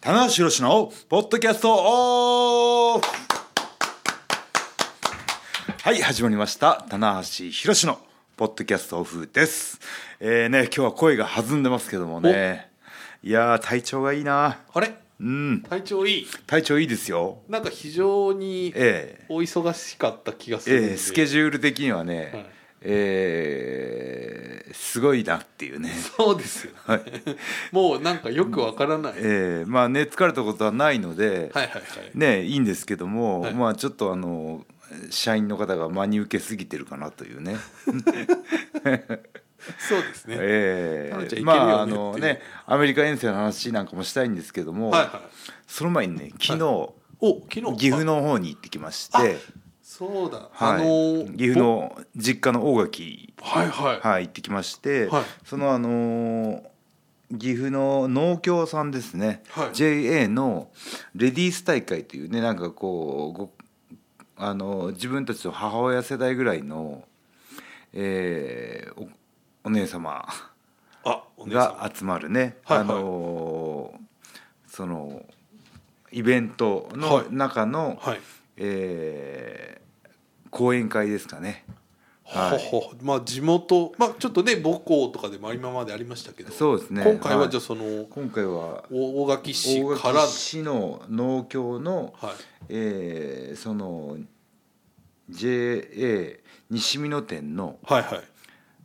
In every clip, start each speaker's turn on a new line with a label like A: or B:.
A: 棚橋宏のポッドキャストオフはい始まりました棚橋宏のポッドキャストオフですえー、ね今日は声が弾んでますけどもねいやー体調がいいな
B: あれ
A: うん
B: 体調いい
A: 体調いいですよ
B: なんか非常に
A: ええ
B: お忙しかった気がするんで、
A: ええスケジュール的にはね、
B: はい
A: えーすごいなっていうね
B: そうですよ、
A: はい
B: もうなんかよくわからない、はい
A: えーまあね疲れたことはないので、
B: はいはい
A: ねいいんですけども、
B: はい
A: まあちょっとあの社員の方が真に受けすぎてるかなという ね。
B: そうですね、
A: え
B: なのちゃ
A: ー
B: ん
A: まああ
B: いけるよね
A: の
B: っていう
A: ねアメリカ遠征の話なんかもしたいんですけども、
B: はいはい
A: その前にね昨日、
B: お昨日
A: 岐阜の方に行ってきまして、
B: あ
A: はい
B: そうだ、あのー
A: 岐阜の実家の大垣、
B: ぼはいはい、
A: はい、行ってきまして、
B: はい
A: そのあのー岐阜の農協さんですね、
B: はい
A: JA のレディース大会というねなんかこうごあの自分たちの母親世代ぐらいの、えーおお姉様
B: あお姉さん
A: が集まるね、
B: はいはい
A: あのーそのイベント
B: は
A: の
B: い
A: 中の、
B: はい
A: えー講演会ですかね。はい
B: ほほまあ地元まあちょっとね母校とかでも今までありましたけど
A: そうですね
B: 今回
A: は
B: はいじゃあその
A: 今回は
B: 大大垣市
A: 大
B: から
A: 垣市の農協の、
B: はい
A: えーその JA 西美濃店の
B: はいはい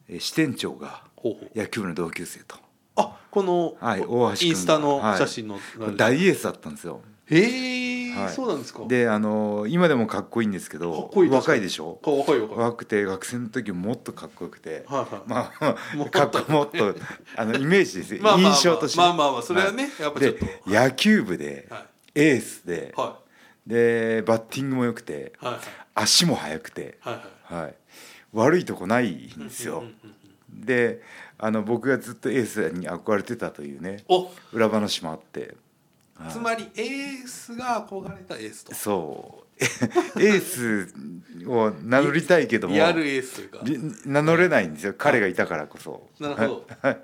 A: えー支店長が
B: ほうほう
A: 野球部の同級生と
B: あこの、
A: はい大橋君
B: インスタの
A: はい
B: 写真の、
A: 大エースだったんですよ
B: へえ、
A: はい
B: そうなんですか
A: であのー今でもかっこいいんですけ
B: か
A: ど
B: っこいいです
A: 若いでしょ
B: か若い若いはい
A: 若くて学生の時もっとかっこよくて、
B: はい、
A: まあ
B: もっと
A: かっこもっとあ のイメージですよ、
B: まあまあまあ
A: 印象として
B: まあまあまあそれはねやっぱちょっと
A: で野球部で
B: は
A: エースで
B: い、は
A: でバッティングも良くて
B: いはい
A: 足も速くて、
B: はいはい
A: はい、悪いとこないんです
B: う
A: よ
B: んうんうん
A: であの僕がずっとエースに憧れてたというね
B: お
A: 裏話もあって、はい
B: つまりエースが憧れたエースと
A: そう エースを名乗りたいけども
B: リアルエースというか
A: り名乗れないんですよ彼がいたからこそ
B: なるほど
A: はい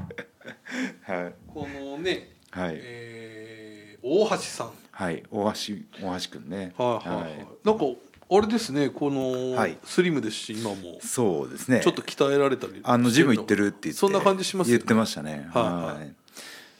B: このね、
A: はい、
B: えー、大橋さん
A: はい、大橋大橋くんね
B: はいはいはい、なんかあれですねこの、
A: はい
B: スリムですし今も
A: そうですね
B: ちょっと鍛えられたり
A: あのジム行ってるって言って
B: そんな感じしますよ
A: 言ってましたね
B: はいはい
A: い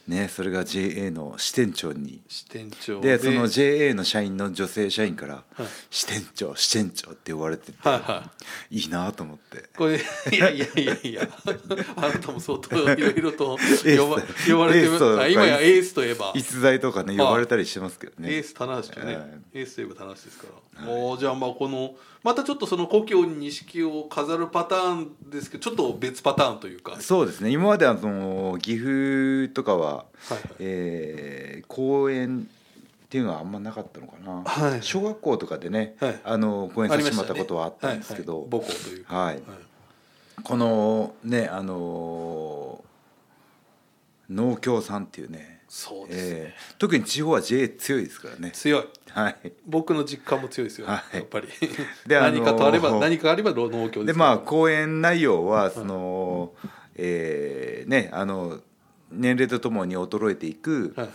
A: ねそれが JA の支店長に
B: 支店長
A: でその JA の社員の女性社員から
B: はい
A: 「支店長支店長」って呼ばれてて
B: はいはい
A: いなと思って
B: これいやいやいやいや あなたも相当いろいろと
A: エース
B: 呼ば呼ばれて
A: エー
B: ま
A: スと
B: すあ今やエースといえば、
A: 逸材とかね
B: は
A: 呼
B: い
A: ばれたりしてますけど
B: エ
A: ね
B: ース棚橋とね、
A: はい
B: エースといえば棚橋ですから、もうじゃあまあこのまたちょっとその故郷に錦を飾るパターンですけどちょっと別パターンというか
A: そうですね今まであの岐阜とかは
B: はい
A: えー公園っていうのはあんまなかったのか
B: は
A: ない小学校とかでね
B: はい
A: あの公園
B: あ
A: さ
B: り
A: せ
B: ま
A: てもらっ
B: し
A: たた
B: ね
A: ことはあったんですけど
B: はいはい母校というか
A: はいこのねあのー農協さんっていうね
B: そうですね、
A: えー特に地方は JA 強いですからね
B: 強い
A: はい
B: 僕の実感も強いですよ、
A: はい
B: やっぱり
A: であの
B: 何かとあれば何かあれば農協です
A: でまあ講演内容はその、えーねあの年齢とともに衰えていく
B: はい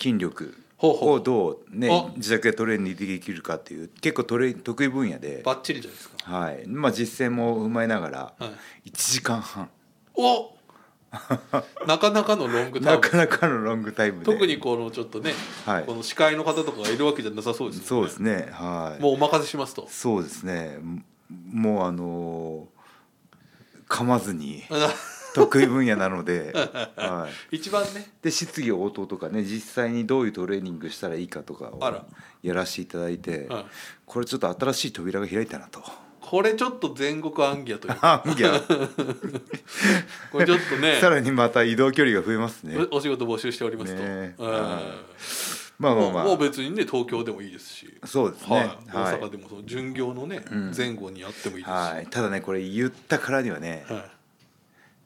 A: 筋力
B: ほうほう
A: をどうね
B: あ
A: 自宅でトレーニングできるかっていう結構トレ得意分野で、
B: バッチリじゃないですか、
A: はいまあ、実践も踏まえながら
B: はい、
A: 1時間半
B: おなかなかのロングタ
A: な
B: イム
A: かなかのロングタイムで
B: 特にこのちょっとね、
A: はい
B: この司会の方とかがいるわけじゃなさそうです
A: そうです
B: ね
A: ねはい
B: もうお任せしますと
A: そうですねももうあのー噛まずに得意分野なの で、はい、
B: 一番ね
A: で質疑応答とかね実際にどういうトレーニングしたらいいかとかを
B: あら
A: やらせていただいて、
B: はい
A: これちょっと新しい扉が開いたなと。
B: これちょっと全国暗記やというか
A: あい や
B: これちょっとね
A: さらにまた移動距離が増えますね。
B: おお仕事募集しておりますと、
A: ね
B: うん
A: はまあま
B: も
A: あ
B: う
A: ま
B: もう
A: あ、
B: 別にね東京でもいいですし、
A: そうですね。
B: はい
A: はい
B: 大阪でもその巡業のね、
A: うん
B: 前後にあってもいいですし、
A: はいただねこれ言ったからにはね、
B: は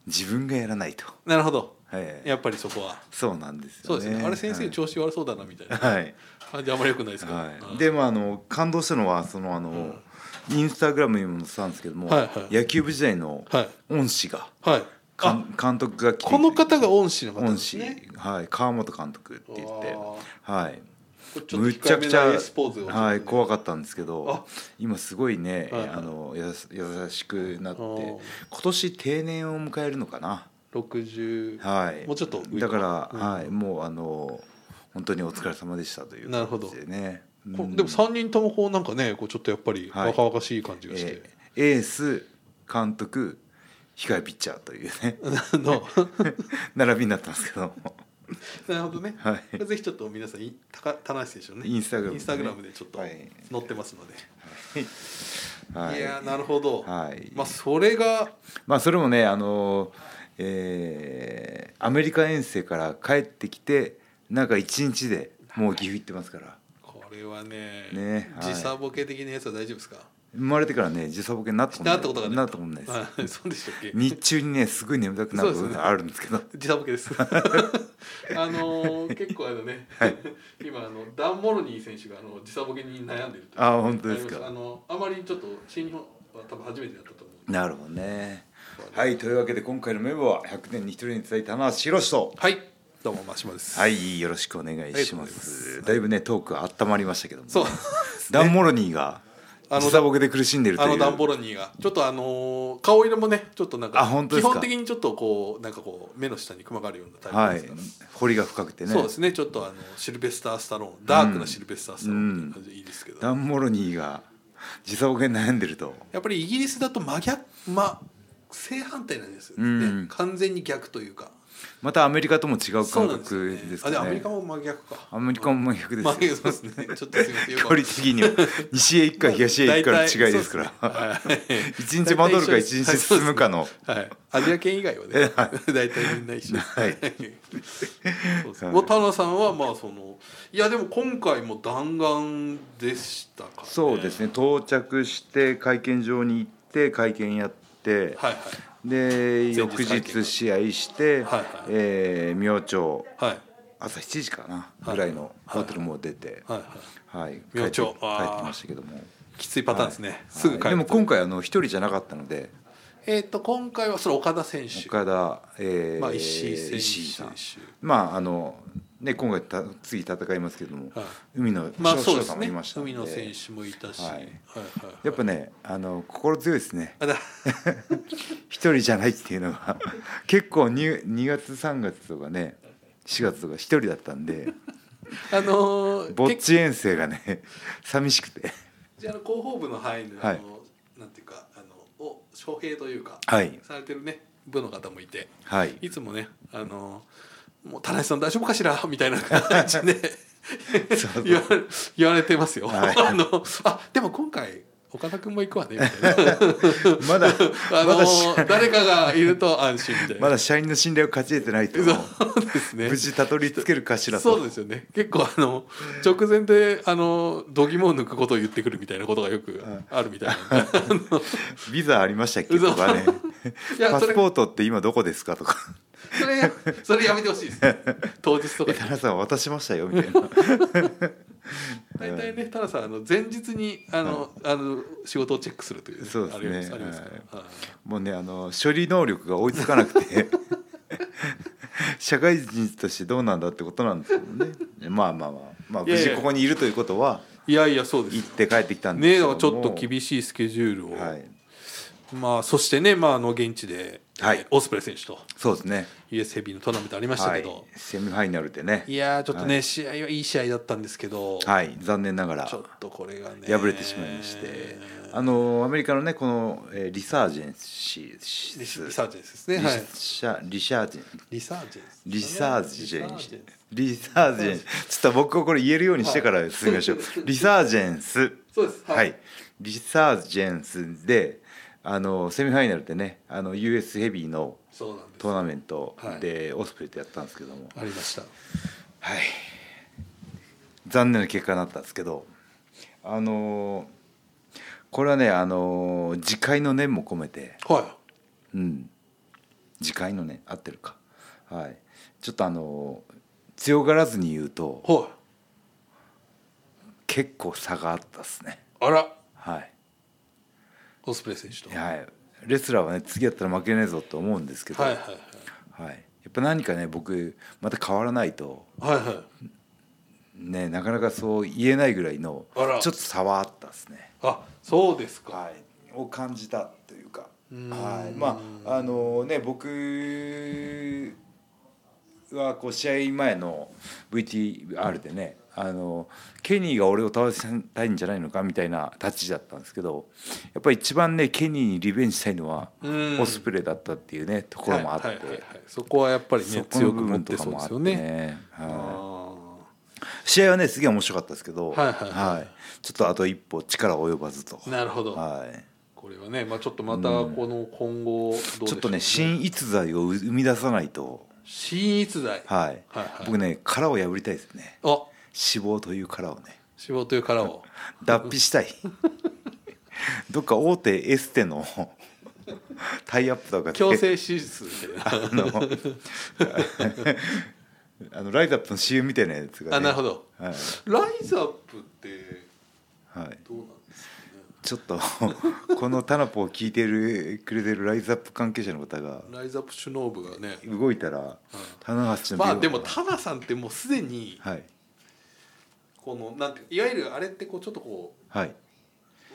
A: 自分がやらないと。
B: いなるほど
A: はい、
B: やっぱりそこは
A: そうなんです
B: そ
A: よ
B: う
A: ね。
B: ですねあれ先生調子悪そうだなみたいな
A: はい。はい
B: 感じあんまり良くないですから、
A: は
B: うん
A: い、でまああの感動したのはそのあの、インスタグラムにも載ってたんですけども、
B: はいはい
A: 野球部時代の
B: はい
A: 恩師が
B: はい
A: かん監督が来て
B: この方が恩師の方で
A: 恩
B: す
A: 師、
B: ね。
A: はい、川本監督って言って
B: あー
A: はい
B: ちょっと
A: むち
B: 控
A: ゃ
B: え
A: く
B: め
A: ち
B: な
A: ゃ、
B: エスポーズをちょっとね
A: はい、怖かったんですけど
B: あ
A: 今すごいね、
B: はいはい
A: あのやさ優しくなって
B: あー
A: 今年定年を迎えるのかな、
B: 60
A: はい、
B: もうちょっと上
A: だから、
B: うん
A: はい、もうあの本当にお疲れ様でしたという
B: なるほど
A: 感じでね、うん
B: こうでも3人ともこうなんかねこうちょっとやっぱり
A: はい
B: 若々しい感じがして、
A: えーエース監督控えピッチャーというね
B: あの
A: 並びになってますけども、
B: なるほどね、
A: はい、
B: ぜひちょっと皆さんい高田中選手のね
A: インスタグラムでね
B: でちょっと
A: はい
B: 載ってますので、、
A: はいい、
B: やーなるほど、
A: はい
B: まあそれが
A: まあそれもねあのえーアメリカ遠征から帰ってきてなんか一日でもう岐阜行ってますから
B: これはね
A: ねはい
B: 時差ボケ的なやつは大丈夫ですか
A: 生まれてからね時差ボケになった
B: なったことが
A: なったことないです
B: あ そうでしたっけ
A: 日中にねすごい眠たくなることがあるんですけど
B: 時差ボケ ですあのー結構あのね、 今あのダン・モロニー選手があの時差ボケに悩んでるという
A: あ本当ですか
B: あのあまりちょっと新日本は多分初めてだったと思う
A: なるほどねはいというわけで今回のメモは100年に一人に伝えたのは白石と
B: はいどうもマシモです
A: はいよろしくお願い
B: ありが
A: し
B: とう
A: ま
B: ございます
A: すだいぶねトークあったまりましたけども
B: そう
A: ダン・モロニーが
B: あの
A: 時差ボケで苦しんでると
B: あ
A: いう
B: のダンボロニーがちょっとあのー顔色もねちょっとなんか
A: あ本当ですか
B: 基本的にちょっとこうなんかこう目の下にクマがあるようなタ
A: は
B: イプ
A: い
B: ですから、
A: 彫りが深くてね
B: そうですねちょっとあのシルベスター・スタローンダークなシルベスター・スタローンっていう感じでいいですけど、
A: ダン・モロニーが時差ボケに悩んでると
B: やっぱりイギリスだと真逆、ま、正反対なんですよね、
A: うん
B: 完全に逆というか
A: またアメリカとも違う
B: そう
A: 感
B: なんですよ
A: 覚
B: ね
A: ですか
B: あで
A: ね
B: アメリカも真逆か
A: アメリカも真逆ですよ
B: 真逆ですねちょっとすみません
A: 距離的には西へ行くか東へ行くかの違いですから
B: ら
A: 一日戻るか一日進むかの
B: はい、アジア圏以外はね大体みんな一緒
A: はい
B: そうです
A: は
B: ね
A: い
B: もう田名さんはまあそのいやでも今回も弾丸でしたから、ね、
A: そうですね到着して会見場に行って会見やって
B: はい
A: で
B: 前日
A: 翌
B: 会見
A: 日試合して
B: はいはい
A: えー明朝
B: はいはい
A: 朝7時かな
B: は
A: ぐ
B: い
A: らいのホテルもう出て
B: はい
A: は
B: はい
A: い帰っ
B: 明
A: て帰
B: 朝
A: ってき
B: あー
A: ましたけども
B: きついパターンですね、すぐ帰る
A: はいでも今回あの一人じゃなかったので
B: えっ、と今回はそれ岡田選手
A: 岡田、えー
B: まあ、石井選手
A: 石井さんまああのね今回た次戦いますけども、
B: はい
A: 海の
B: まあ
A: 翔
B: そうで
A: さ
B: す
A: んも
B: ね
A: いましたんで
B: 海野選手もいたし、
A: はい
B: はいはいはい
A: やっぱねあの心強いですね
B: あだ
A: 一人じゃないっていうのが 結構に2月3月とかね4月とか一人だったんで
B: あの ー
A: ぼっち遠征がね寂しくて
B: じゃあ広報部の範囲で、
A: はい
B: あのなんていうかあのを招聘というか、
A: はい
B: されてるね部の方もいて
A: はい
B: いつもねあのもう田中さん大丈夫かしら みたいな感じで
A: そうそう
B: 言われ言われてますよ。
A: はい
B: あのあでも今回岡田君も行くわねみたいな
A: まだ
B: あの
A: まだし
B: 誰かがいると安心みたいな。
A: まだ社員の信頼を勝ち得てないと
B: そうですね
A: 無。事たどり着けるかしらと
B: そうですよね結構あの直前であの度肝を抜くことを言ってくるみたいなことがよくあるみたいな、
A: ビザありましたっけとかね
B: い や
A: パ
B: そ
A: ス
B: れ
A: ポートって今どこですかとか
B: それやそれやめてほしいですね当日とか
A: え
B: に
A: 田中さん渡しましたよみたいな
B: 大体ね、タナさん、あの前日に、あの、あの仕事をチェックするという、
A: そうですね
B: ありますありますからはい
A: もうねあの処理能力が追いつかなくて 社会人としてどうなんだってことなんですけどねまあまあまあまあ
B: いや
A: 無
B: いや
A: 事ここにいるということはい
B: やいや、そうで
A: 行っ
B: す。
A: て帰ってきたんです
B: ね、
A: け
B: だ
A: ど
B: か
A: も
B: らちょっと厳しいスケジュールを、
A: はい
B: まあ、そしてね、まあ、あの現地で、
A: はい
B: えーオスプレイ選手と。
A: そうですね
B: US ヘビーのトーナメントありました
A: は
B: け
A: い
B: ど、
A: セミファイナルでね
B: い、やーちょっとね、試合はいい試合だったんですけど、
A: はい残念ながら
B: ちょっとこれがね
A: 敗れてしまいましてあのアメリカのねこの、えーリサージェンシー
B: リリサージェンスですね、
A: リ
B: はい、
A: シャリシャージェン
B: リサージェンス
A: リサージェン
B: リサ
A: ス
B: ージ。
A: リサージェンス。ちょっと僕をこれ言えるようにしてから進みましょう。リサージェンス。
B: そうです
A: は
B: はい
A: い。リサージェンスで、あのセミファイナルでね、あの US ヘビーの
B: そうなんです
A: トーナメント
B: はい
A: でオスプレイとやったんですけども、
B: ありました
A: はい。残念な結果になったんですけど、あのこれはね、あの次回の念も込めて。
B: はい
A: うん次回のね合ってるかはいちょっとあの強がらずに言うと
B: はい
A: 結構差があったですね
B: あら
A: はい
B: オスプレイ選手と
A: はいレスラーはね次やったら負けねえぞと思うんですけど、
B: は
A: はいい
B: はい
A: やっぱ何かね僕また変わらないと、
B: はいはいはい
A: ね、なかなかそう言えないぐらいのち
B: あ
A: ょ
B: ら
A: っと差はあったですね、
B: あそうですか、
A: はい、を感じたというか、
B: うーん
A: はい、まああのね僕はこう試合前の VTR でねあのケニーが俺を倒したいんじゃないのかみたいな立ち位置だったんですけどやっぱり一番ねケニーにリベンジしたいのは
B: うん
A: オスプレイだったっていうねところもあって、
B: はいはいはいはいそこはやっぱり
A: そ
B: ね
A: この部
B: 強く持っ
A: 分と
B: て
A: か
B: そうで
A: もあっ
B: す
A: て
B: よ
A: ね
B: ねあ
A: はい
B: ー
A: 試合はねすげえ面白かったですけど、
B: はいはいはい
A: ちょっとあと一歩力及ばずと。
B: なるほど、
A: はい
B: これはね、まあ、ちょっとまたこの今後どうでしょう、
A: ちょっとね新逸材を生み出さないと、
B: 新逸材、
A: はい
B: はいはい
A: 僕ね殻を破りたいですよね
B: あ
A: 脂肪という殻をね
B: 仕事という殻を
A: 脱皮したいどっか大手エステのタイアップとかで
B: 強制手術 みたいな
A: あのあのライトアップの CM みたいなやつが、ね、
B: あなるほど
A: はい、
B: ライズアップって
A: はい、
B: どうなんですかね
A: ちょっとこのタナポを聞いてるくれてるライズアップ関係者の方が
B: ライズアップ首脳部がね
A: 動いたら棚橋の
B: まあでも
A: 美容
B: タナさんってもうすでに
A: はい
B: このなんていうかいわゆるあれってこうちょっとこ
A: はい、
B: う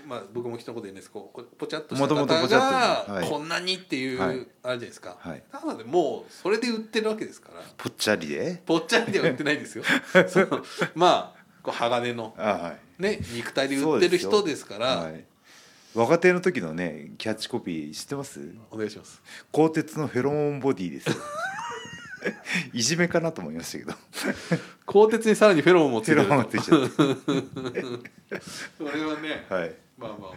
B: まあ僕も人のこと言うんですけどこうこうポチャっとした
A: もともと
B: 方
A: ポチャっとね
B: が
A: はい
B: こんなにっていうあ
A: はい
B: れじゃないですか
A: はい
B: タナでもうそれで売ってるわけですから
A: ぽっちゃりで
B: ぽっちゃりでは売ってない ですよそのまあこう鋼の
A: あはい
B: ね肉体で売ってる人ですから
A: はい、若手の時のねキャッチコピー知ってます
B: お願いします
A: 鋼鉄のフェロモンボディです いじめかなと思いましたけど
B: 鋼鉄にさらにフェロモンもつい
A: フェ
B: て
A: ロ
B: る
A: モンがついちゃっ
B: それはね
A: たはい
B: まあまあまあ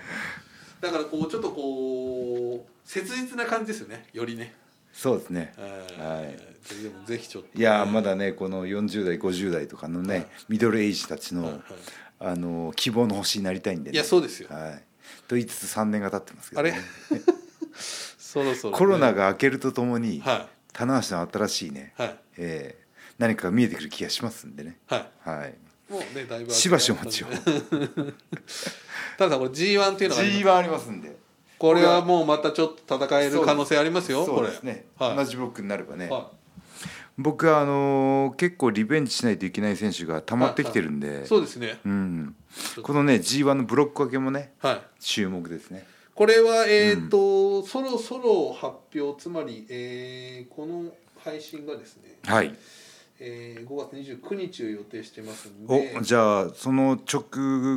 B: だからこうちょっとこう切実な感じですよねよりね
A: そうですね
B: はいでもぜひちょっとね、
A: いやーまだねこの40代50代とかのねミドルエイジたち
B: はいは
A: のあのー希望の星になりたいんで、
B: い
A: ね、
B: いやそうですよ
A: はいと言いつつ3年が経ってますけ
B: あ
A: どね、
B: れそろそろね、
A: コロナが明けるとともに、
B: は
A: 棚橋の新しいね、
B: いはい
A: えー何かが見えてくる気がしますんでね
B: は
A: はい
B: いもうねだいぶ
A: しばしお待ちを
B: ただこれ G1 っていうのがあります
A: G1 ありますんで
B: これはもうまたちょっと戦える可能性ありますよ
A: そうです
B: これ
A: ね、
B: はい
A: 同じブロックになればね、
B: は
A: 僕はあのー結構リベンジしないといけない選手が溜まってきてるんで、
B: い、そうですね
A: うん、このね G1 のブロック分けもね
B: はい
A: 注目ですね
B: これはえっ、と、そろそろ発表つまり、えーこの配信がですね、
A: はい
B: えー、5月29日を予定してますん
A: お、
B: で
A: じゃあその直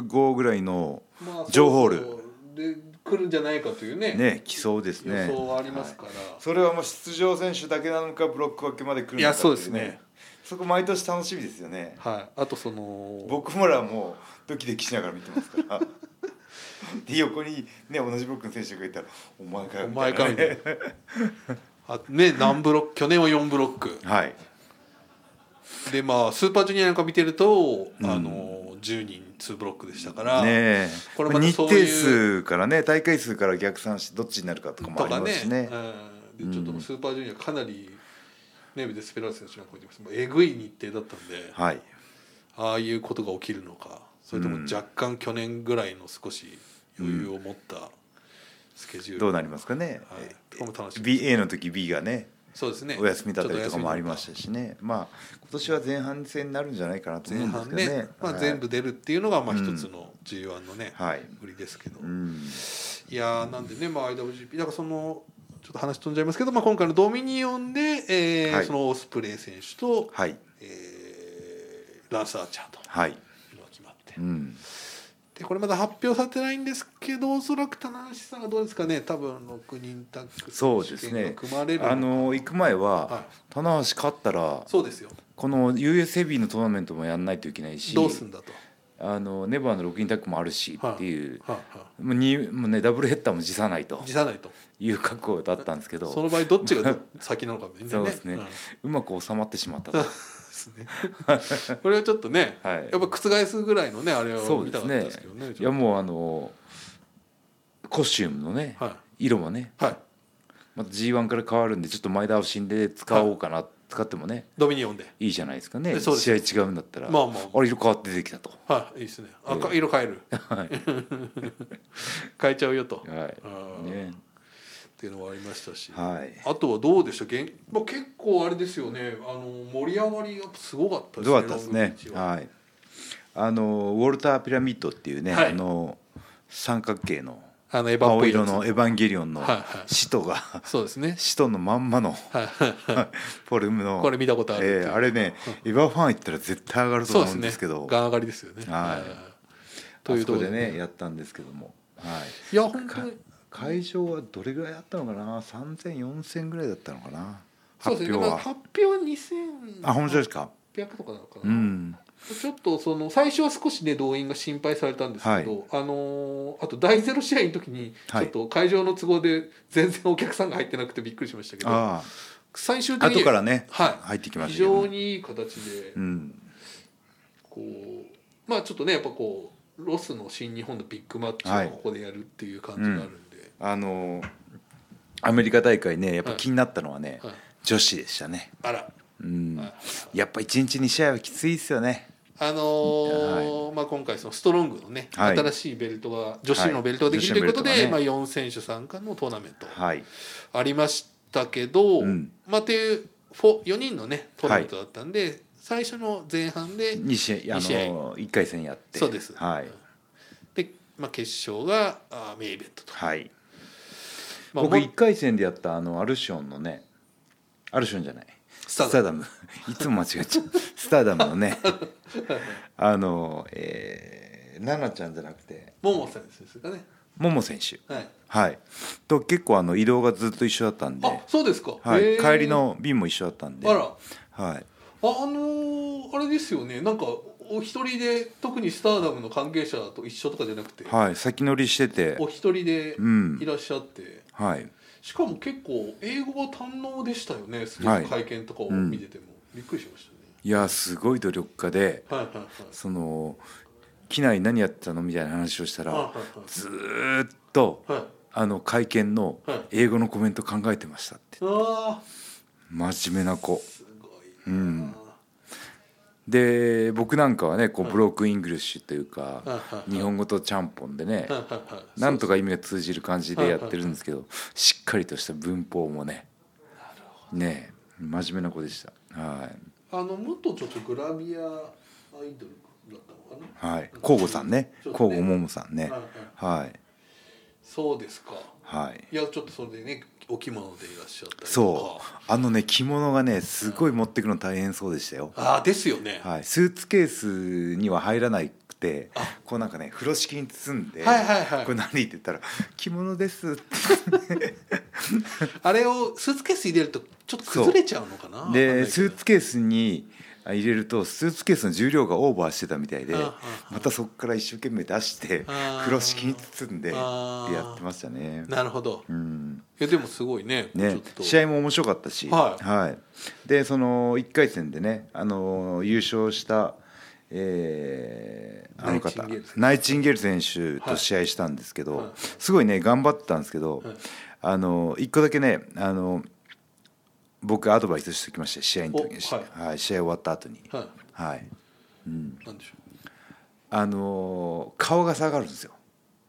A: 後ぐらいの
B: まあ
A: 情報量
B: そろそろで来るんじゃないかというね
A: ね来そうですね
B: 予想はありますから、
A: はいそれはもう出場選手だけなのかブロック分けまで来るのか
B: いやそうですね
A: っていそこ毎年楽しみですよね
B: はい、あとその
A: 僕もらはもうドキドキしながら見てますから で横にね同じブロックの選手がいたら「お前かよ」
B: お
A: みた
B: 前
A: いな
B: かみ
A: ね
B: たいなあね何ブロック去年は4ブロック
A: はい
B: でまあスーパージュニアなんか見てると、あの10人2ブロックでしたから、
A: ねえ
B: これまた
A: 日
B: そう
A: 程
B: いう
A: 数からね大会数から逆算してどっちになるかとかも
B: と
A: あり
B: か
A: ま
B: ね
A: すしね
B: うん、でちょっとスーパージュニアかなりねデスペラーズ選手なんかもいてますもうえぐい日程だったんで
A: はい
B: ああいうことが起きるのかそれとも若干去年ぐらいの少し余裕を持ったスケジュール、
A: どうなりますかね、
B: はいとかも楽しみ
A: BA の時 B がね
B: そうですね
A: お休みだったりとかもありま
B: し
A: したしねまあ今年は前半戦になるんじゃないかなと思
B: 前
A: うんですけど
B: 半
A: ね
B: ねまあ、
A: はい
B: 全部出るっていうのがまあ一つの G1 のね、
A: はい
B: 売りですけど、
A: うん
B: いやーなんでね、まあ、IWGP だからそのちょっと話飛んじゃいますけど、まあ、今回のドミニオンで、えー
A: はい
B: そのオスプレイ選手と、
A: はい
B: えーランス・アーチャーと
A: はい
B: いうのが決まって
A: うん
B: でこれまだ発表されてないんですけどおそらく棚橋さんがどうですかね多分6人タッグ
A: そうです
B: 選手権
A: ね
B: が組まれる
A: あの行く前は、
B: は
A: 棚橋勝ったら
B: そうですよ
A: この US ヘビーのトーナメントもやんないといけないし
B: どうすんだと。
A: あのネバーの6人タッグもあるしっていう、
B: はあは
A: もうにもうねダブルヘッダーも辞さないと
B: あ、辞さないと
A: いう覚悟だったんですけど
B: その場合どっちがど先なのか全然
A: そう
B: ね
A: ですね
B: ん
A: うまく収まってしまったと
B: ですねこ れはちょっとね、
A: はい
B: やっぱ覆すぐらいのねあれ
A: そ
B: を
A: う
B: 見
A: で
B: た
A: す
B: かった
A: ね
B: ですけどね
A: いやもうあのコスチュームのね、
B: は
A: 色もね
B: い、はい、
A: また G1 から変わるんでちょっと前倒しで使おうかな、使ってもね
B: ドミニオンで
A: いいじゃないですかね
B: えそうです
A: 試合違うんだったら、
B: まあまあ
A: あれ色変わって出てきたと
B: はいいいですね
A: え
B: 赤
A: え
B: 色変える、
A: はい
B: 変えちゃうよと、
A: はい
B: う ん
A: ね
B: っていうのはありましたし、
A: はい
B: あとはどうでした現、まあ、結構あれですよねあの盛り上がりがすごかったです
A: どうだったですね
B: ロングビーチは
A: はいあのウォルターピラミッドっていうね、
B: は
A: あ
B: い
A: の三角形の
B: あのエヴァっ
A: 青
B: ぽい
A: 色
B: やつ
A: のエヴァンゲリオンの
B: はいはい
A: 使徒 が
B: そうですね
A: 使徒のまんまの
B: はいはいはい
A: フォルムの
B: これ見たことあるってい
A: ええ
B: う
A: あれねエヴァファン行ったら絶対上がると
B: そう
A: 思うん
B: で
A: ですす
B: ね
A: けど
B: ガン上がりですよね
A: はい
B: という
A: あそ
B: と
A: こ
B: ころ
A: でねやったんですけども、はい、
B: いや本当に
A: 会場はどれぐらいあったのかな30004000ぐらいだったのかな
B: そう
A: 発
B: で
A: 表
B: すねまあ
A: は、
B: 発表は2800
A: あ本当ですか
B: とかなのか
A: う
B: な、
A: ん
B: ちょっとその最初は少しね動員が心配されたんですけど、あのーあと第ゼロ試合の時にちょ
A: は
B: っ
A: い
B: と会場の都合で全然お客さんが入ってなくてびっくりしましたけど、
A: あ
B: 最終
A: あ
B: 的に
A: 後からね、
B: は
A: 入ってき
B: い
A: ま
B: 非
A: したけど
B: 常
A: ね、
B: にいい形で
A: うん
B: こうまあちょっとねやっぱこうロスの新日本のビッグマッチ
A: は
B: を
A: い
B: ここでやるっていう感じがあるんで、
A: あのアメリカ大会ねやっぱ気になったのはね、
B: はい
A: 女子でしたね
B: あら、
A: うん、
B: はい
A: やっぱ1日2試合はきついですよね
B: あのーまあ、今回そのストロングのね、
A: はい
B: 新しいベルトが女子のベルトができるということで、
A: はい女子の
B: まあ、
A: ベ
B: 4選手参加のトーナメント
A: はい
B: ありましたけど、
A: うん
B: まあ、ていう4人のねトーナメントだったんで、最初の前半で
A: 2試合あ
B: 二試合
A: の1回戦やって
B: そうです
A: はい
B: で、まあ、決勝があーメインイベントと、
A: はい
B: まあ、
A: 僕
B: も
A: 1回戦でやったあのアルシオンのねアルシオンじゃない
B: ス
A: ス
B: タ
A: タ
B: ー
A: ー
B: ダ
A: ダム いつも間違っちゃ うスターダムのね あのえー、ナナちゃんじゃなくて
B: ももさんですかね、
A: モモ選手
B: はい、
A: はいと結構あの移動がずっと一緒だったんで
B: あ、そうですか、
A: は
B: へ
A: い、
B: ー
A: 帰りの便も一緒だったんで
B: あら
A: はい
B: ああのーあれですよねなんかお一人で特にスターダムの関係者と一緒とかじゃなくて、
A: はい、先乗りしてて
B: お一人で
A: うん
B: いらっしゃって、
A: はい
B: しかも結構英語が堪能でしたよねすご
A: は
B: く
A: い
B: 会見とかを見てても、びっくりしまし
A: いやすごい努力家で
B: たねはいはいはい
A: その機内何やってたのみたいな話をしたら
B: はいはいはい
A: ずーっと
B: はい
A: あの会見の
B: はい
A: 英語のコメント考えてましたって
B: あー
A: 真面目な子
B: すごいなあ、
A: うんで僕なんかはねこう
B: はい
A: ブロークンイングリッシュという
B: はいは
A: か
B: いはい
A: 日本語とちゃんぽんでね
B: はいはいはい
A: なんとか意味が通じる感じでやってるんですけどしっかりとした文法もねねえ真面目な子でしたはい
B: あの元ちょっとグラビアアイドルだったのかな
A: はい交互さんね
B: ちょっと
A: 交互ももさんね
B: はいはい
A: はい
B: そうですか
A: はい
B: いやちょっとそれでねお着物でいらっしゃったりとか
A: そうあのね着物がねすごい持ってくの大変そうでしたよ
B: ああですよね、
A: はいスーツケースには入らなくてこうなんかね風呂敷に包んで
B: はいはいはい
A: これ何って言ったら「着物です」って
B: あれをスーツケース入れるとちょっと崩れちゃうのかなわかんない
A: で
B: けど
A: スーツケースにあ入れるとスーツケースの重量がオーバーしてたみたいで
B: ああ
A: またそこから一生懸命出して
B: あ
A: 風呂敷に包んでって
B: あ
A: やってましたね。
B: なるほど
A: うん
B: いやでもすごいねちょ
A: ね
B: っと、
A: 試合も面白かったし、
B: はい
A: でその1回戦でね、あの優勝した、えーあの方
B: ナ
A: ナイチンゲール選手と試合したんですけど、
B: はい
A: すごいね頑張ってたんですけど、
B: はい
A: あの1個だけねあの僕アドバイスしてきました試合の時に、
B: お
A: は
B: はい
A: 試合終わった後に、
B: は
A: はいうん、
B: いなんでしょう
A: あの顔が下がるんですよ。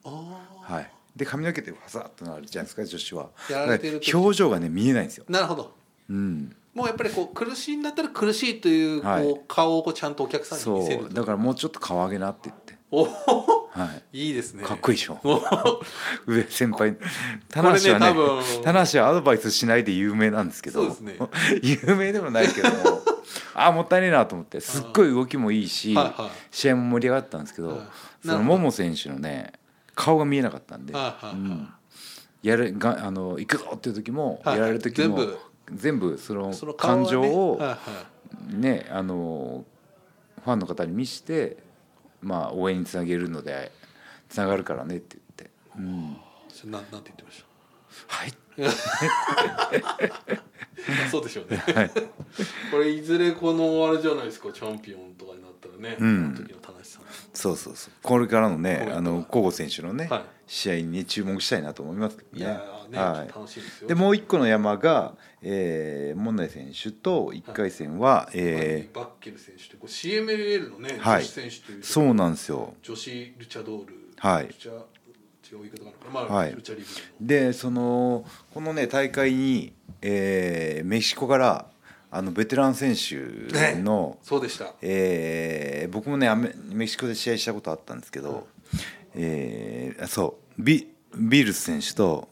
B: あ
A: はい、で髪の毛ってわさっとなるじゃないですか女子は
B: やられてる
A: だ
B: 時
A: から表情がね見えないんですよ、
B: あなるほど
A: うん、
B: もうやっぱりこう苦しいんだったら苦しいというこう、
A: はい
B: 顔をこうちゃんとお客さんに見せ
A: そ
B: る
A: うだからもうちょっと顔上げなって言って、
B: おお
A: はい
B: いいですね
A: かっこいいでしょ
B: お
A: 上先輩
B: れ
A: 棚
B: ね
A: 橋は
B: 多
A: ね
B: 分
A: 棚橋はアドバイスしないで有名なんですけど
B: そうですね
A: 有名でもないけ どもあもったいねえなと思ってすっごい動きもいいし、
B: はいはい
A: 試合も盛り上がったんですけど、
B: はい
A: その桃選手のね顔が見えなかったんで、
B: はいはいはい
A: うんやるがあの行くぞっていう時も、
B: はい
A: やられる時も
B: 全部
A: 全部その
B: その顔
A: 感
B: はね
A: 情を
B: はいは
A: ねあのファンの方に見せて、まあ、応援につなげるのでつながるからねって言って「うん、
B: いそれなんなんて言ってまし
A: はい
B: たそうでしょうね これいずれこのあれじゃないですかチャンピオンとかになったらね、
A: うん
B: あの時の田無さん
A: そうそうそうこれからのね
B: コメントが
A: あの古選手のね、
B: はい
A: 試合にね注目したいなと思いますけど
B: い
A: ね。
B: やーね、
A: はい
B: 楽しみですよ
A: でもう一個の山が、えー、門内選手と一回戦は、え
B: バッケル選手ってこう CMLL のね、
A: はい
B: 女子選手という
A: ーそうなんですよ。
B: 女子ルチャドール、
A: はい
B: ルチャ違う言い方かなまあ、
A: はい
B: ルチャリブ
A: でそのこのね大会に、えーメキシコからあのベテラン選手の、
B: そうでした
A: えー僕もねアメメキシコで試合したことあったんですけど、えーあそうビビールス選手と、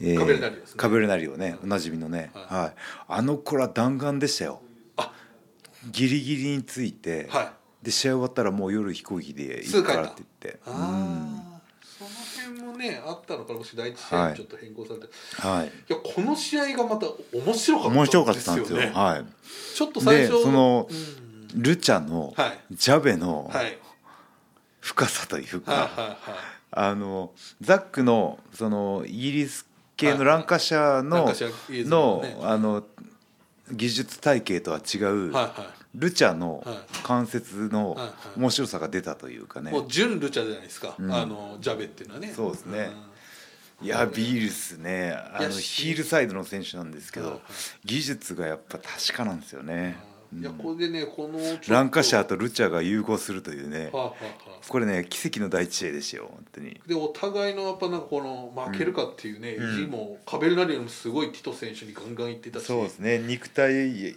A: えー
B: カベルナリオですね
A: カベルナリオねおなじみのね、
B: は
A: はいいあの子ら弾丸でしたよ
B: あ
A: ギリギリについて、
B: は
A: で試合終わったらもう夜飛行機で行
B: すぐ
A: く
B: 帰っ
A: か
B: た
A: らって言って、
B: ああその辺もねあったのからもし第一試合にちょっと変更されて、
A: はい、
B: い、やこの試合がまた面白かった
A: 面白かったんですよ。
B: ね
A: はい
B: ちょっと最初
A: でその
B: うん
A: ルチャの
B: はい
A: ジャベの
B: はい
A: 深さというか、
B: はいはいはい
A: あのザックのそのイギリス系のランカシャー
B: はい
A: の,、
B: ランカシャーイエズの
A: の
B: ね
A: あの技術体系とは違う、
B: はいは
A: ルチャの
B: は
A: 関節の
B: はいはい
A: 面白さが出たというか
B: い
A: ね、
B: もう純ルチャじゃないですか、
A: うん
B: あのジャベっていうのはね
A: そうですね
B: ん
A: いやビールスねあの
B: いやし
A: ヒールサイドの選手なんですけど、
B: はいはい
A: 技術がやっぱ確かなんですよね。
B: いやこれでねこのちょっと
A: ランカシャーとルチャが融合するというね、
B: はあはあはあ
A: これね奇跡の第一試合ですよ本当に。
B: でお互いのやっぱなんかこの負けるかっていうね、意地もカベルナリオもすごいティト選手にガンガンいってたし
A: そうですね肉体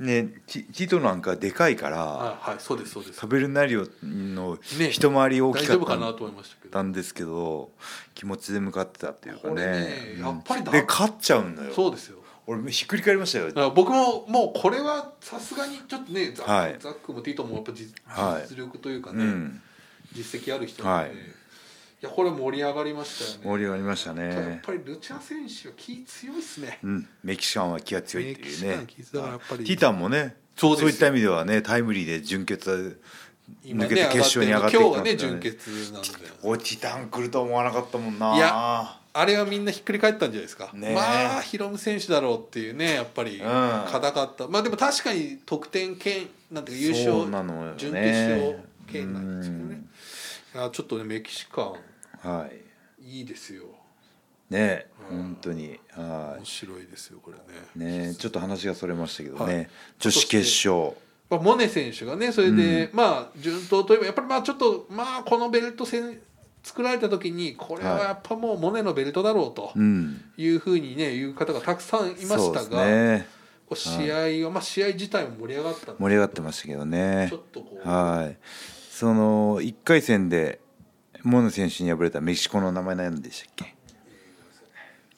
A: ねティティトなんかでかいから、
B: はいはいそうですそうです
A: カベルナリオの
B: ね
A: 一回り大
B: 大
A: きか
B: 丈
A: っ
B: 夫
A: た
B: か
A: ん,、
B: なと思いましたけど
A: ですけど気持ちで向かってたっていうか
B: こ
A: ね
B: れね
A: うん
B: やっぱりだ
A: で勝っちゃうんだよ
B: そうですよ
A: 俺ひっくり返りましたよ
B: だから僕ももうこれはさすがにちょっとねザ,、
A: はい
B: ザックもティトもやっぱ実,、
A: はい
B: 実力というか
A: う
B: ね、
A: ん
B: 実績ある人なんで、
A: はい
B: い、やこれ盛り上がりましたよ
A: 盛
B: ね
A: り上がりました
B: ただやっ
A: ね
B: ぱりルチャ選手は気強いですね、
A: うん、メキシカンは気が強いって
B: メキ
A: いう
B: シカンは
A: ね
B: 気強いだからやっぱり
A: ティタンもね
B: そう
A: そ
B: で
A: う
B: すよ
A: いった意味ではねタイムリーで準決
B: 今
A: 抜
B: ね
A: けて決勝に上がってきて
B: 今
A: ます
B: 日は
A: からね
B: ね準決なんで
A: おいティタン来ると思わなかったもんない
B: やあれはみんなひっくり返ったんじゃないですか、
A: ねえ
B: まあヒロム選手だろうっていうねやっぱり
A: うん
B: 硬かった、まあでも確かに得点圏なんていうか優
A: そう
B: 勝
A: なのよね
B: 準決勝圏内ですけどねいやちょっとねメキシカ
A: はい
B: ンいいですよ
A: ね本当には
B: 面白いですよこれね
A: いねちょっと話がそれましたけど
B: は
A: ね女子決勝
B: まあ、モネ選手がねそれで、まあ順当といえばやっぱりまあちょっとまあこのベルト戦作られた時にこれはやっぱもうモネのベルトだろうと
A: うん
B: いうふうにねいう方がたくさんいま
A: そう
B: し
A: で
B: た
A: す
B: が、
A: ね
B: こう試合は、まあ、試合自体も盛り上がったんで
A: 盛り上がってましたけどね
B: ちょっとこう
A: はいその1回戦でモノ選手に敗れたメキシコの名前何でしたっけ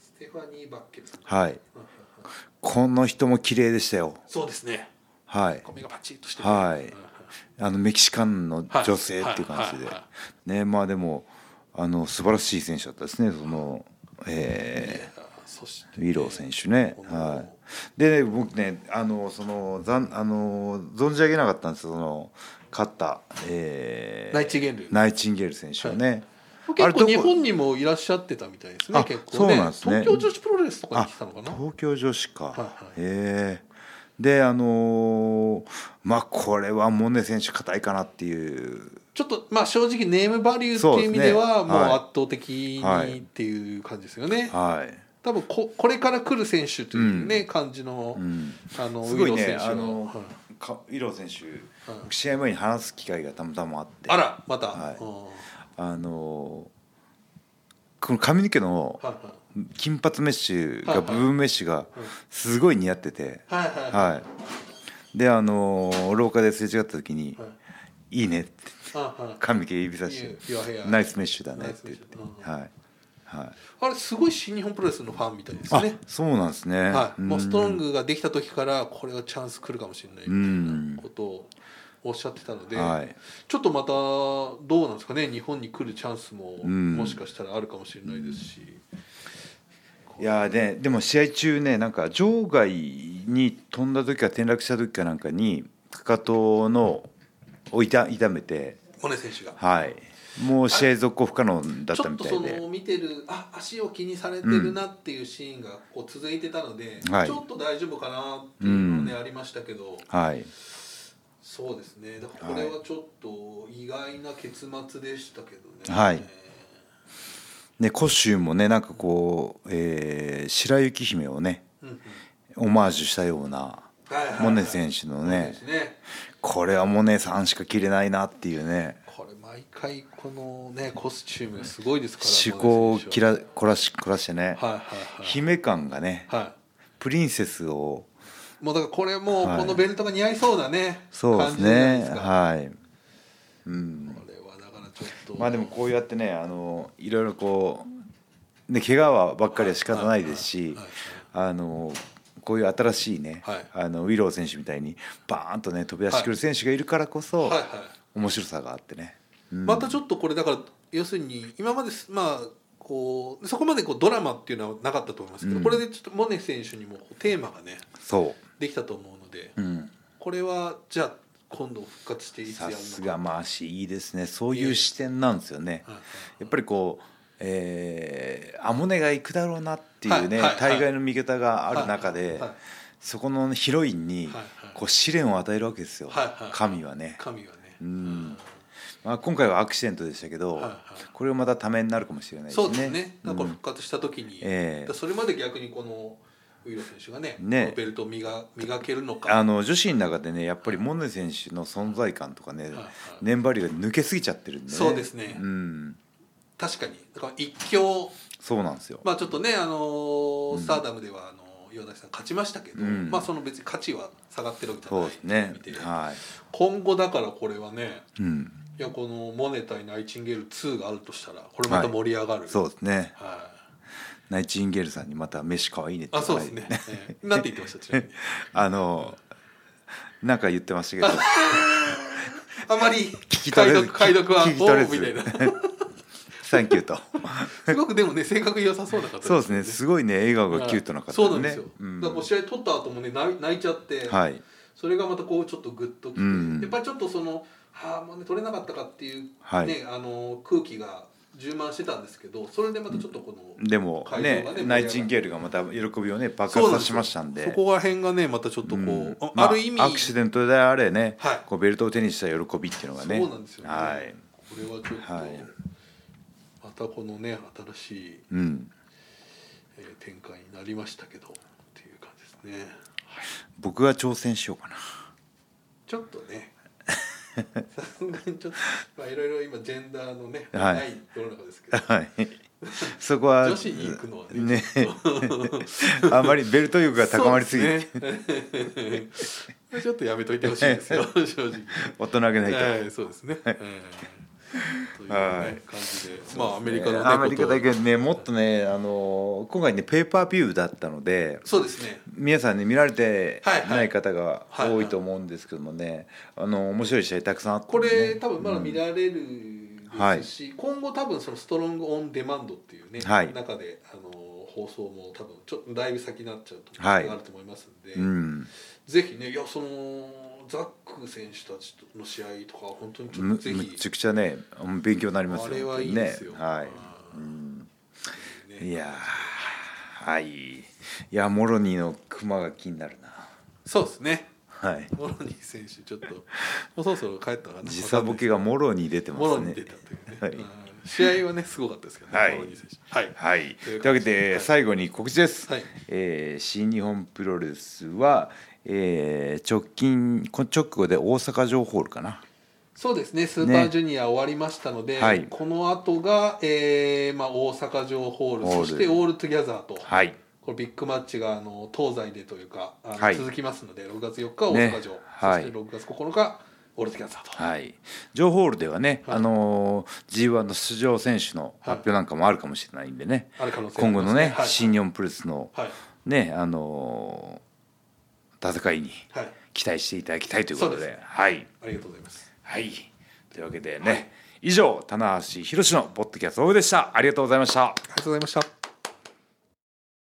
B: ステファニー・バッケルさん
A: はいこの人も綺麗でしたよ
B: そうですね
A: はい
B: 髪がパチッとしてる
A: はいあのメキシカンの女性っていう感じで
B: はいはいは
A: ねまあでもあの素晴らしい選手だったですねそのえー
B: そして
A: ウィロー選手ね、はい、でね僕ねあのそのざんあの存じ上げなかったんですよその勝った、えー
B: ナイチンゲール
A: ナイチンゲール選手をね、あ
B: 結
A: れ
B: 構
A: どこ
B: 日本にもいらっしゃってたみたいですね
A: あ
B: 結構ね
A: そうなんですね
B: 東京女子プロレスとかに来てたのかな
A: 東京女子か、
B: いはい
A: へえであのーまあこれはモネ選手硬いかなっていう
B: ちょっとまあ正直ネームバリューっていう意味で
A: そ
B: は
A: うです
B: も
A: ねは
B: う
A: い
B: 圧倒的にっていう感じですよね。
A: はい、
B: 多分ここれから来る選手というね、感じの、
A: うん、
B: あの
A: すごい
B: ウィ
A: ね
B: ロー選手
A: あ
B: は
A: の
B: はい
A: かウィロー選手、
B: はい
A: 僕試合前に話す機会がたまたまあって
B: あらまた、
A: はい
B: うんは
A: あのーこの髪の毛の
B: いは
A: 金髪メッシュが
B: はいはい
A: 部分メッシュがすごい似合ってて
B: いはいはいはい
A: はいであのー廊下ですれ違った時に
B: は
A: 「
B: い
A: いいね」って
B: はい
A: 髪毛指さし
B: You-
A: て
B: your hair
A: 「ナイスメッシュだね」って言っ
B: Nice mesh
A: てはいはい
B: あれすごい新日本プロレスのファンみたいです
A: あ
B: ね。
A: そうなんですね
B: はい、もうストロン
A: グ
B: グができた時からこれはチャンス来るかもしれないみたいなことをおっしゃってたので、
A: はい
B: ちょっとまたどうなんですかね日本に来るチャンスも
A: ん
B: もしかしたらあるかもしれないですし、
A: いやーででも試合中ねなんか場外に飛んだ時か転落した時かなんかにかかとのを痛痛めて
B: モネ選手が。
A: はいもう試合続行不可能だっ
B: ち
A: た
B: ょっ
A: み
B: と
A: た
B: そ
A: いで
B: の見てるあ足を気にされてるなっていうシーンがこう続いてたので、
A: はい
B: ちょっと大丈夫かなっていうのね、ありましたけど
A: はい
B: そうですねだからこれはちょっと意外な結末でしたけどね。
A: はいね、コッシュもねなんかこう、えー白雪姫をね
B: うんうん
A: オマージュしたような
B: はいはいはい
A: モネ選手の
B: そうで
A: ね
B: すね
A: ここれはモネさんしか着れないなっていうね
B: これ毎回このねコスチュームすごいですから
A: 趣向をき
B: い
A: ら凝らし凝らしてね、
B: はいはい
A: 姫感がね、
B: はい、は
A: プリンセスを
B: い、もうだからこれもう
A: はい
B: このベルトが似合いそうなね、
A: そうです
B: 感じじゃない
A: ね
B: ですか
A: はい、うん、
B: これはだからちょっと
A: まあでもこうやってねあのいろいろこう、ね、怪我はばっかりは仕方ないですし、
B: はい
A: あのこういう新しいね、
B: はい
A: あのウィロー選手みたいにバーンとね飛び出してくる選手がいるからこそ、
B: はいはい
A: 面白さがあってね。うん
B: またちょっとこれだから要するに今まですまあこうそこまでこうドラマっていうのはなかったと思いますけど、
A: うん
B: これでちょっとモネ選手にもテーマがね
A: そ
B: できたと思うので
A: う、うん、
B: これはじゃあ今度復活していつや
A: さ
B: るのか
A: すがまあ足いいですねそういう視点なんですよね。
B: はいはい
A: やっぱりこう、えー、アモネが行くだろうなっていうね、
B: はいはいはい
A: 大概の見方がある中で、
B: はいはい
A: そこのヒロインに
B: はいはい
A: こう試練を与えるわけですよ、
B: はいはい
A: 神はね、
B: 神はね、
A: うんまあ、今回はアクシデントでしたけど、
B: はいはい
A: これがまたためになるかもしれないですね。
B: そうですねだから
A: う
B: これ
A: ん
B: 復活した時に、
A: ええ
B: だからそれまで逆にこのウィロ選手がね
A: ね
B: このベルトを磨磨けるのか
A: あの女子の中でねやっぱりモネ選手の存在感とかね、
B: はい
A: 粘りが抜けすぎちゃってるんで、ね、
B: そうですね
A: うん、
B: 確かにだから一強
A: そうなんですよ、
B: まあちょっとね、あのースターダムではあのー岩崎さん勝ちましたけど、
A: うん
B: まあその別に価値は下がってるわけじゃ
A: そう
B: ない
A: ですね
B: っていう意味で
A: は
B: 今後だからこれはね
A: い、うん、
B: いやこの「モネ対ナイチンゲール2」があるとしたらこれまた盛り上がる、はい、
A: そうですねナイチンゲールさんにまた飯可愛いねって
B: あ
A: 言
B: そう
A: わ
B: で
A: れ
B: す
A: て
B: ね、ええなんて言ってましたち なみに
A: あのなんか言ってましたけ ど
B: あまり
A: き取れず
B: 解読解
A: 聞き
B: 読は
A: 取れ
B: おみたいな
A: ずサンキューと
B: すごくでもね性格良さそうな方
A: そうです ねすごいね笑顔がキュートな方
B: そうなん
A: ね
B: ですよ、だからこう試合取った後もね泣い泣いちゃって、
A: はい
B: それがまたこうちょっとグッときて、
A: うん
B: やっぱりちょっとその「はあもうね取れなかったか」っていう、ね
A: はい
B: あの空気が充満してたんですけどそれでまたちょっとこの、
A: でも
B: 会場
A: ね
B: がね
A: ナイチンゲールがまた喜びをね爆
B: そう
A: 発
B: な
A: さ
B: んで
A: せましたんで
B: すよそこら辺がねまたちょっとこう、
A: うん
B: あ
A: ま
B: ある意味
A: アクシデントであれね、
B: はい
A: こうベルトを手にした喜びっていうのがね
B: そうなんですよね、
A: はい
B: これはちょっと、
A: はい
B: またこのね新しい、
A: うん、
B: えー展開になりましたけどっていう感じですね
A: 僕が挑戦しようかな
B: ちょっとねさすがにちょっとまあいろいろ今ジェンダーのね、
A: はい
B: ない世の中ですけど
A: はい。そこは
B: 女子に行くのはね
A: ね あまりベルト欲が高まりすぎて、
B: そうですねちょっとやめといてほしいで すよ正直
A: 大人げないと、
B: はいそうですね、ええというね
A: はい
B: 感じでまあアメリカの
A: え
B: ね
A: ーアメリカだけ
B: こと
A: どねもっとねあのー今回ねペーパービューだったので
B: そうですね
A: 皆さんね見られて
B: はいはい
A: ない方が
B: はいはい
A: 多いと思うんですけどもね、あの面白い試合たくさんあって、ね、
B: これ多分まだ
A: うん
B: 見られる
A: はい
B: ですし、今後多分そのストロングオンデマンドっていうね、
A: はい
B: 中であの放送も多分ちょっとだいぶ先になっちゃうと、
A: はい
B: あると思いますんで、
A: うん
B: ぜひねいやそのザック選手たちとの試合とかは本当にちょっ
A: む
B: とぜ
A: め
B: ひ
A: ちゃくちゃね勉強になりますよ
B: あれはいいですよ
A: 本当にねはい
B: うん
A: うん
B: ね
A: いやーはいいやモロニーのクマが気になるな
B: そうですね
A: はい
B: モロニー選手 ちょっともうそろそろ帰ったかな
A: 時差ボケがモロに出てま
B: モロ
A: す
B: ニー
A: ね
B: 出たというね、
A: はい
B: うん試合はねすごかったですけどね、
A: はい
B: モロニー選手はい
A: はい、
B: と
A: と
B: い
A: いうう
B: 感
A: わ
B: じ
A: け
B: ではい
A: で最後に告知です、
B: はい
A: えー新日本プロレスは、えー直近こ直後で大阪城ホールかな
B: そうですねスーパージュニア終わりましたので、
A: はい
B: この後が、えーまあ、大阪城ホール
A: ホー
B: そ
A: ル
B: してオールトゥギャザーと、
A: はい
B: これビッグマッチがあの東西でというかあの
A: はい
B: 続きますので6月4日は大
A: ね
B: 阪城、
A: はい
B: そして6月9日オールトゥギャザーと、
A: はい城ホールではね、
B: はい
A: あのー G1 の出場選手の発表なんかもあるかもしれないんでね、
B: ある可能性あり
A: 今
B: ま
A: 後
B: す
A: のね、
B: はい
A: 新日本プロレスの
B: はい
A: ねあのー戦いに
B: はい
A: 期待していただきたいということ
B: そう
A: で
B: です
A: はい
B: ありがとうございます
A: はい。というわけでね、以上、棚橋宏のポッドキャストオフでした。ありがとうございました。
B: ありがとうございました